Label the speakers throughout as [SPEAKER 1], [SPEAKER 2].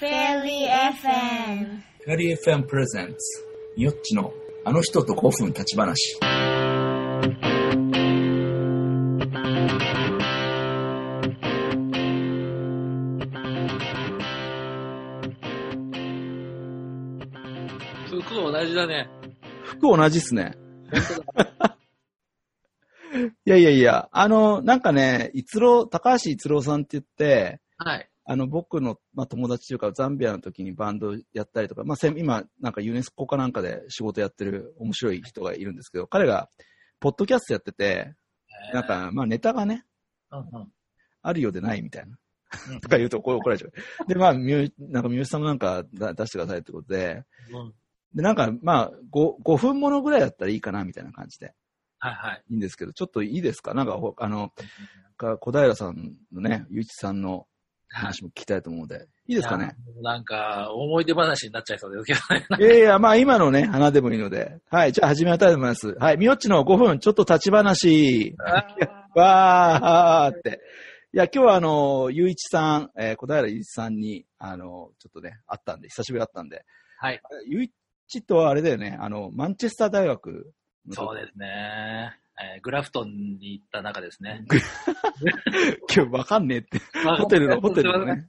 [SPEAKER 1] リー FM
[SPEAKER 2] ガリ FM プレゼンツ、ニョッチのあの人と5分立ち話。
[SPEAKER 3] 服同じだね。
[SPEAKER 2] 服同じっすね。 いやいやいや、あの、なんかね、逸郎、高橋逸郎さんって言って、
[SPEAKER 3] はい。
[SPEAKER 2] あの、僕の、まあ、友達というか、ザンビアの時にバンドやったりとか、まあ、せん今、なんかユネスコかなんかで仕事やってる面白い人がいるんですけど、彼が、ポッドキャストやってて、なんか、まあ、ネタがね、
[SPEAKER 3] うんうん。
[SPEAKER 2] あるようでないみたいな
[SPEAKER 3] うん。
[SPEAKER 2] とか言うとこれ怒られちゃう。で、まあ、みゆなんか、三好さんもなんかだ出してくださいってことで、
[SPEAKER 3] うん
[SPEAKER 2] で、なんか、まあ、5, 5分ものぐらいだったらいいかな、みたいな感じで。
[SPEAKER 3] はいはい。
[SPEAKER 2] いいんですけど、ちょっといいですかなんか、ほあの、か小平さんのね、ゆういちさんの話も聞きたいと思うので、いい
[SPEAKER 3] い
[SPEAKER 2] ですかね。
[SPEAKER 3] や。なんか、思い出話になっちゃいそうですけどね。
[SPEAKER 2] いやいや、まあ今のね、花でもいいので。はい、じゃあ始めたいと思います。はい、みよっちの5分、ちょっと立ち話、わーって。いや、今日はあの、ゆういちさん、えー小平ゆういちさんに、あの、ちょっとね、会ったんで、久しぶりだったんで。
[SPEAKER 3] はい。
[SPEAKER 2] ゆういちとはあれだよね、あの、マンチェスター大学の時。
[SPEAKER 3] そうですね。えーグラフトンに行った中ですね。
[SPEAKER 2] 今日わかんねえって。ホテルの、ホテルの。ね。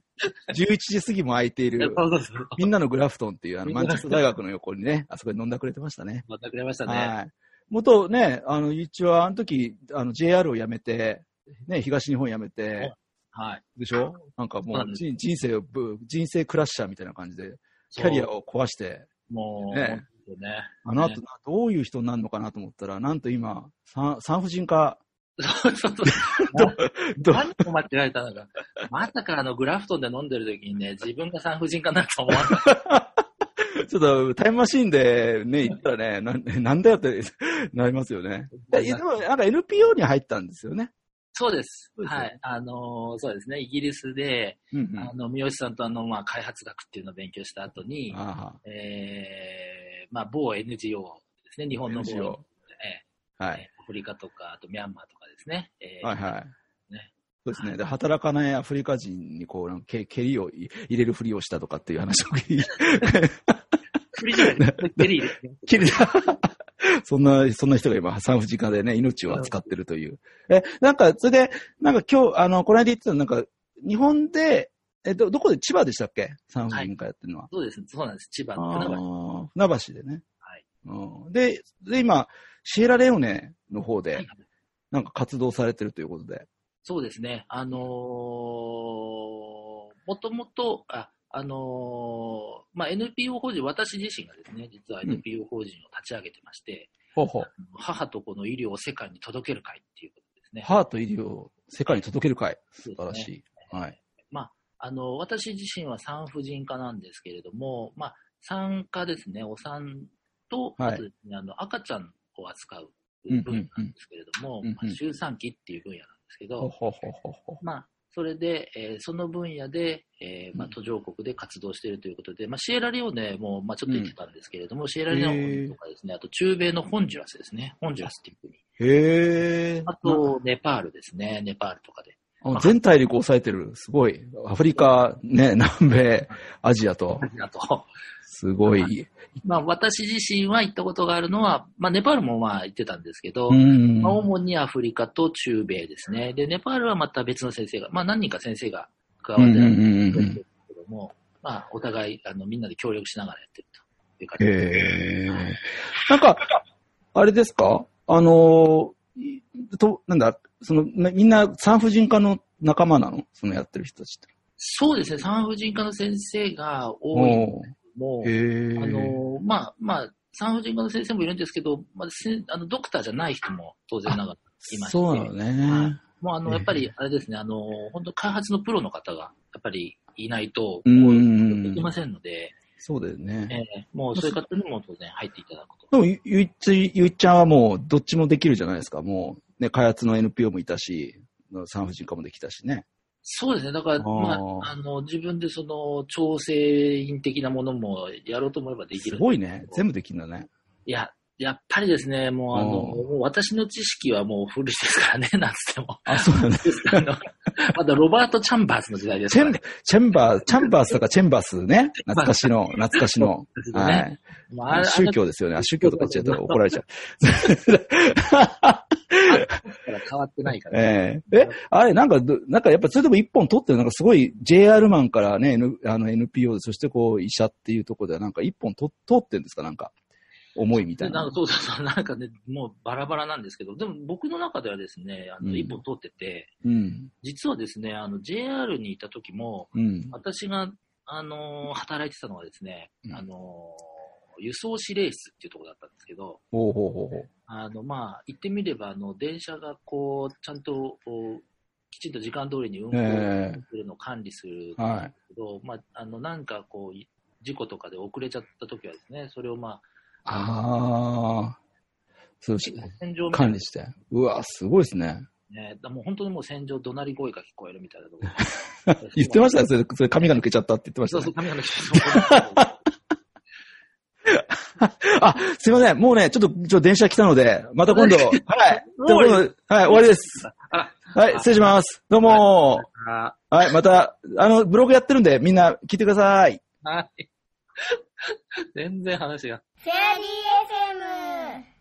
[SPEAKER 2] 11時過ぎも空いてい
[SPEAKER 3] そ
[SPEAKER 2] る
[SPEAKER 3] う、そうそう。
[SPEAKER 2] みんなのグラフトンっていう、あの、
[SPEAKER 3] みんな
[SPEAKER 2] マンチェスター大学の横にね、あそこに飲んだくれてましたね。
[SPEAKER 3] またくれましたね。
[SPEAKER 2] はい。元ね、あの、ゆうちは、あの時、あの、JR を辞めて、ね、東日本辞めて、
[SPEAKER 3] はい。
[SPEAKER 2] でしょなんかも
[SPEAKER 3] そう
[SPEAKER 2] う、
[SPEAKER 3] です
[SPEAKER 2] 人人生をぶ、人生クラッシャーみたいな感じで、キャリア
[SPEAKER 3] を。
[SPEAKER 2] を壊して、
[SPEAKER 3] もう、
[SPEAKER 2] ね
[SPEAKER 3] 本当ね。
[SPEAKER 2] あの後、
[SPEAKER 3] ね
[SPEAKER 2] どういう人になるのかなと思ったら、なんと今、産産婦人科、
[SPEAKER 3] そうそうそう。
[SPEAKER 2] ど
[SPEAKER 3] 何を間違えたのか。まさかあの、グラフトンで飲んでる時にね、自分が産婦人科になると思わなかっ
[SPEAKER 2] ちょっとタイムマシーンでね、行ったらね、なんなんだよってなりますよね。
[SPEAKER 3] た
[SPEAKER 2] えでも、なんか NPO に入ったんですよね。
[SPEAKER 3] そうです。
[SPEAKER 2] そうですよ
[SPEAKER 3] はい。あのーそうですね。イギリスで、
[SPEAKER 2] うんうん。
[SPEAKER 3] あの、三好さんとあの、まあ、開発学っていうのを勉強した後に、
[SPEAKER 2] あ
[SPEAKER 3] えー、まあ、某 NGO ですね、日
[SPEAKER 2] あ、
[SPEAKER 3] 本の某、
[SPEAKER 2] NGO
[SPEAKER 3] え
[SPEAKER 2] は
[SPEAKER 3] ー
[SPEAKER 2] い。
[SPEAKER 3] アフリカとか、あとミャンマーとかですね。えー
[SPEAKER 2] はいはい。
[SPEAKER 3] ね
[SPEAKER 2] そうですね。で、働かないアフリカ人に、こう、なんか、け蹴りをい入れるふりをしたとかっていう話を聞い
[SPEAKER 3] フリーじゃないですねベリーですね。
[SPEAKER 2] 蹴りだ。そんな、そんな人が今、産婦人科でね、命を扱ってるという。え、なんか、それで、なんか今日、あの、この間言ってたの、なんか、日本で、え、ど、どこで千葉でしたっけ産婦人科やってるのは。
[SPEAKER 3] そうですね、そうなんです。千葉の船橋
[SPEAKER 2] ああ船橋でね。
[SPEAKER 3] はい
[SPEAKER 2] うんで、で、今、シエラレオネの方
[SPEAKER 3] は
[SPEAKER 2] で
[SPEAKER 3] い、
[SPEAKER 2] なんか活動されてるということで。
[SPEAKER 3] そうですね、あのー、もともと、あ、あのーまあ、NPO 法人、私自身がですね、実は NPO 法人を立ち上げてまして、
[SPEAKER 2] ほうほう。
[SPEAKER 3] 母と子の医療を世界に届ける会っていうことですね。
[SPEAKER 2] ハート医療を世界に届ける会。素晴らし
[SPEAKER 3] そう
[SPEAKER 2] い。はい。
[SPEAKER 3] あの、私自身は産婦人科なんですけれども、まあ、産科ですね、お産と、
[SPEAKER 2] はい
[SPEAKER 3] あとですね、あの、赤ちゃんを扱う
[SPEAKER 2] うんうんうん
[SPEAKER 3] 分野なんですけれども、
[SPEAKER 2] うんうん
[SPEAKER 3] まあ、周産期っていう分野なんですけど、
[SPEAKER 2] ほうほうほうほうほう。
[SPEAKER 3] まあ、それで、えーその分野で、えーまあ、
[SPEAKER 2] うん
[SPEAKER 3] 途上国で活動しているということで、まあ、シエラレオネも、まあ、ちょっと言ってたんですけれども、シエラレオネとかですね、あと中米のホンジュラスですね、ホンジュラスっていう国。
[SPEAKER 2] へえ。
[SPEAKER 3] あと、ネパールですね、ネパールとかで。
[SPEAKER 2] あの全大陸を抑えてる。すごい。アフリカ、ね、 南米、アジアと。
[SPEAKER 3] あと、
[SPEAKER 2] すごい。
[SPEAKER 3] まあ、私自身は行ったことがあるのは、まあ、ネパールもまあ行ってたんですけど、
[SPEAKER 2] うん
[SPEAKER 3] まあ、。主にアフリカと中米ですね。で、ネパールはまた別の先生が、まあ、何人か先生が加
[SPEAKER 2] う
[SPEAKER 3] わっ
[SPEAKER 2] んうん
[SPEAKER 3] て
[SPEAKER 2] う
[SPEAKER 3] るん
[SPEAKER 2] んう
[SPEAKER 3] です
[SPEAKER 2] ん。
[SPEAKER 3] けども、まあ、お互いあのみんなで協力しながらやってるという感じです。
[SPEAKER 2] へえ。なんか、あれですかあのー、いと、なんだ、その、みみんな産婦人科の仲間なのそのやってる人たちって。
[SPEAKER 3] そうですね、産婦人科の先生が多いの
[SPEAKER 2] お
[SPEAKER 3] も
[SPEAKER 2] ー、へえ。
[SPEAKER 3] あの、まあ、まあ、産婦人科の先生もいるんですけど、まあ、せあのドクターじゃない人も当然ながらいまして、
[SPEAKER 2] そうなのね。
[SPEAKER 3] もうあの、
[SPEAKER 2] ええ
[SPEAKER 3] やっぱり、あれですね、あの、本当開発のプロの方が、やっぱりいないと、
[SPEAKER 2] うんうんうん
[SPEAKER 3] できませんので、
[SPEAKER 2] そうだよね。
[SPEAKER 3] ええもうそういう方にも当然入っていただく
[SPEAKER 2] で
[SPEAKER 3] と。
[SPEAKER 2] もゆ、ゆいち、ゆいちゃんはもう、どっちもできるじゃないですか。もう、ね、開発の NPO もいたし、産婦人科もできたしね。
[SPEAKER 3] そうですね、だから、
[SPEAKER 2] あー
[SPEAKER 3] まあ、あの、自分でその、調整員的なものもやろうと思えばでき
[SPEAKER 2] す
[SPEAKER 3] る。
[SPEAKER 2] ごいね。
[SPEAKER 3] 部。
[SPEAKER 2] 全部できるんだね。
[SPEAKER 3] いや、やっぱりですね、もうあの、もう私の知識はもう古いですからね、 なんつっても。
[SPEAKER 2] あ、そうなんです
[SPEAKER 3] あの、まだロバート・チャンバースの時代です
[SPEAKER 2] チ
[SPEAKER 3] か
[SPEAKER 2] ェ
[SPEAKER 3] ら
[SPEAKER 2] ン
[SPEAKER 3] ね。、
[SPEAKER 2] チェンバー、チャンバースとかチェンバース ね。懐かしの、懐かしの。
[SPEAKER 3] です よね
[SPEAKER 2] はい。
[SPEAKER 3] もうあ
[SPEAKER 2] 宗教ですよね。あ宗教とか言っちゃうと怒られちゃう。
[SPEAKER 3] あの時から変わってないから、ね。
[SPEAKER 2] えええ、あれ、なんかど、なんかやっぱそれでも一本取ってる、なんかすごい JR マンからね、N、あの NPO、そしてこう医者っていうところでは、なんか一本と通ってるんですかなんか、思いみた
[SPEAKER 3] で
[SPEAKER 2] い
[SPEAKER 3] な
[SPEAKER 2] な。
[SPEAKER 3] んかそうそうそう、なんかね、もうバラバラなんですけど、でも僕の中ではですね、あ
[SPEAKER 2] う
[SPEAKER 3] の、
[SPEAKER 2] ん
[SPEAKER 3] 一本通ってて、
[SPEAKER 2] うん。
[SPEAKER 3] 実はですね、あの、JR にいた時も、
[SPEAKER 2] うん。
[SPEAKER 3] 私が、あのー働いてたのはですね、
[SPEAKER 2] うん
[SPEAKER 3] あのー輸送指令室っていうところだったんですけど、
[SPEAKER 2] ほうほうほうほう。
[SPEAKER 3] あの、まあ、言ってみれば、あの、電車がこう、ちゃんと、こう、きちんと時間通りに運行
[SPEAKER 2] ええ
[SPEAKER 3] するのを管理するん
[SPEAKER 2] は
[SPEAKER 3] で
[SPEAKER 2] い
[SPEAKER 3] すけど、まあ、あの、なんかこう、い事故とかで遅れちゃった時はですね、それをまあ、あ
[SPEAKER 2] ああ。そうし
[SPEAKER 3] の、戦場みたい
[SPEAKER 2] 管
[SPEAKER 3] な
[SPEAKER 2] 理して。うわ、すごいですね。
[SPEAKER 3] ね、だもう本当にもう戦場怒鳴り声が聞こえるみたいなとこ
[SPEAKER 2] 言ってましたね。それ、それ髪が抜けちゃったって言ってまし
[SPEAKER 3] そ
[SPEAKER 2] た
[SPEAKER 3] うそ
[SPEAKER 2] ね
[SPEAKER 3] う、。神の人。
[SPEAKER 2] あ、すいません。もうね、ちょっと、ちょっと電車来たので、また今度。はい。ということではい、終わりです。
[SPEAKER 3] あら、
[SPEAKER 2] はい、失礼します。どうも
[SPEAKER 3] あ
[SPEAKER 2] はい、また、あの、ブログやってるんで、みんな聞いてください。
[SPEAKER 3] はい。全然話が。
[SPEAKER 1] セラディ FM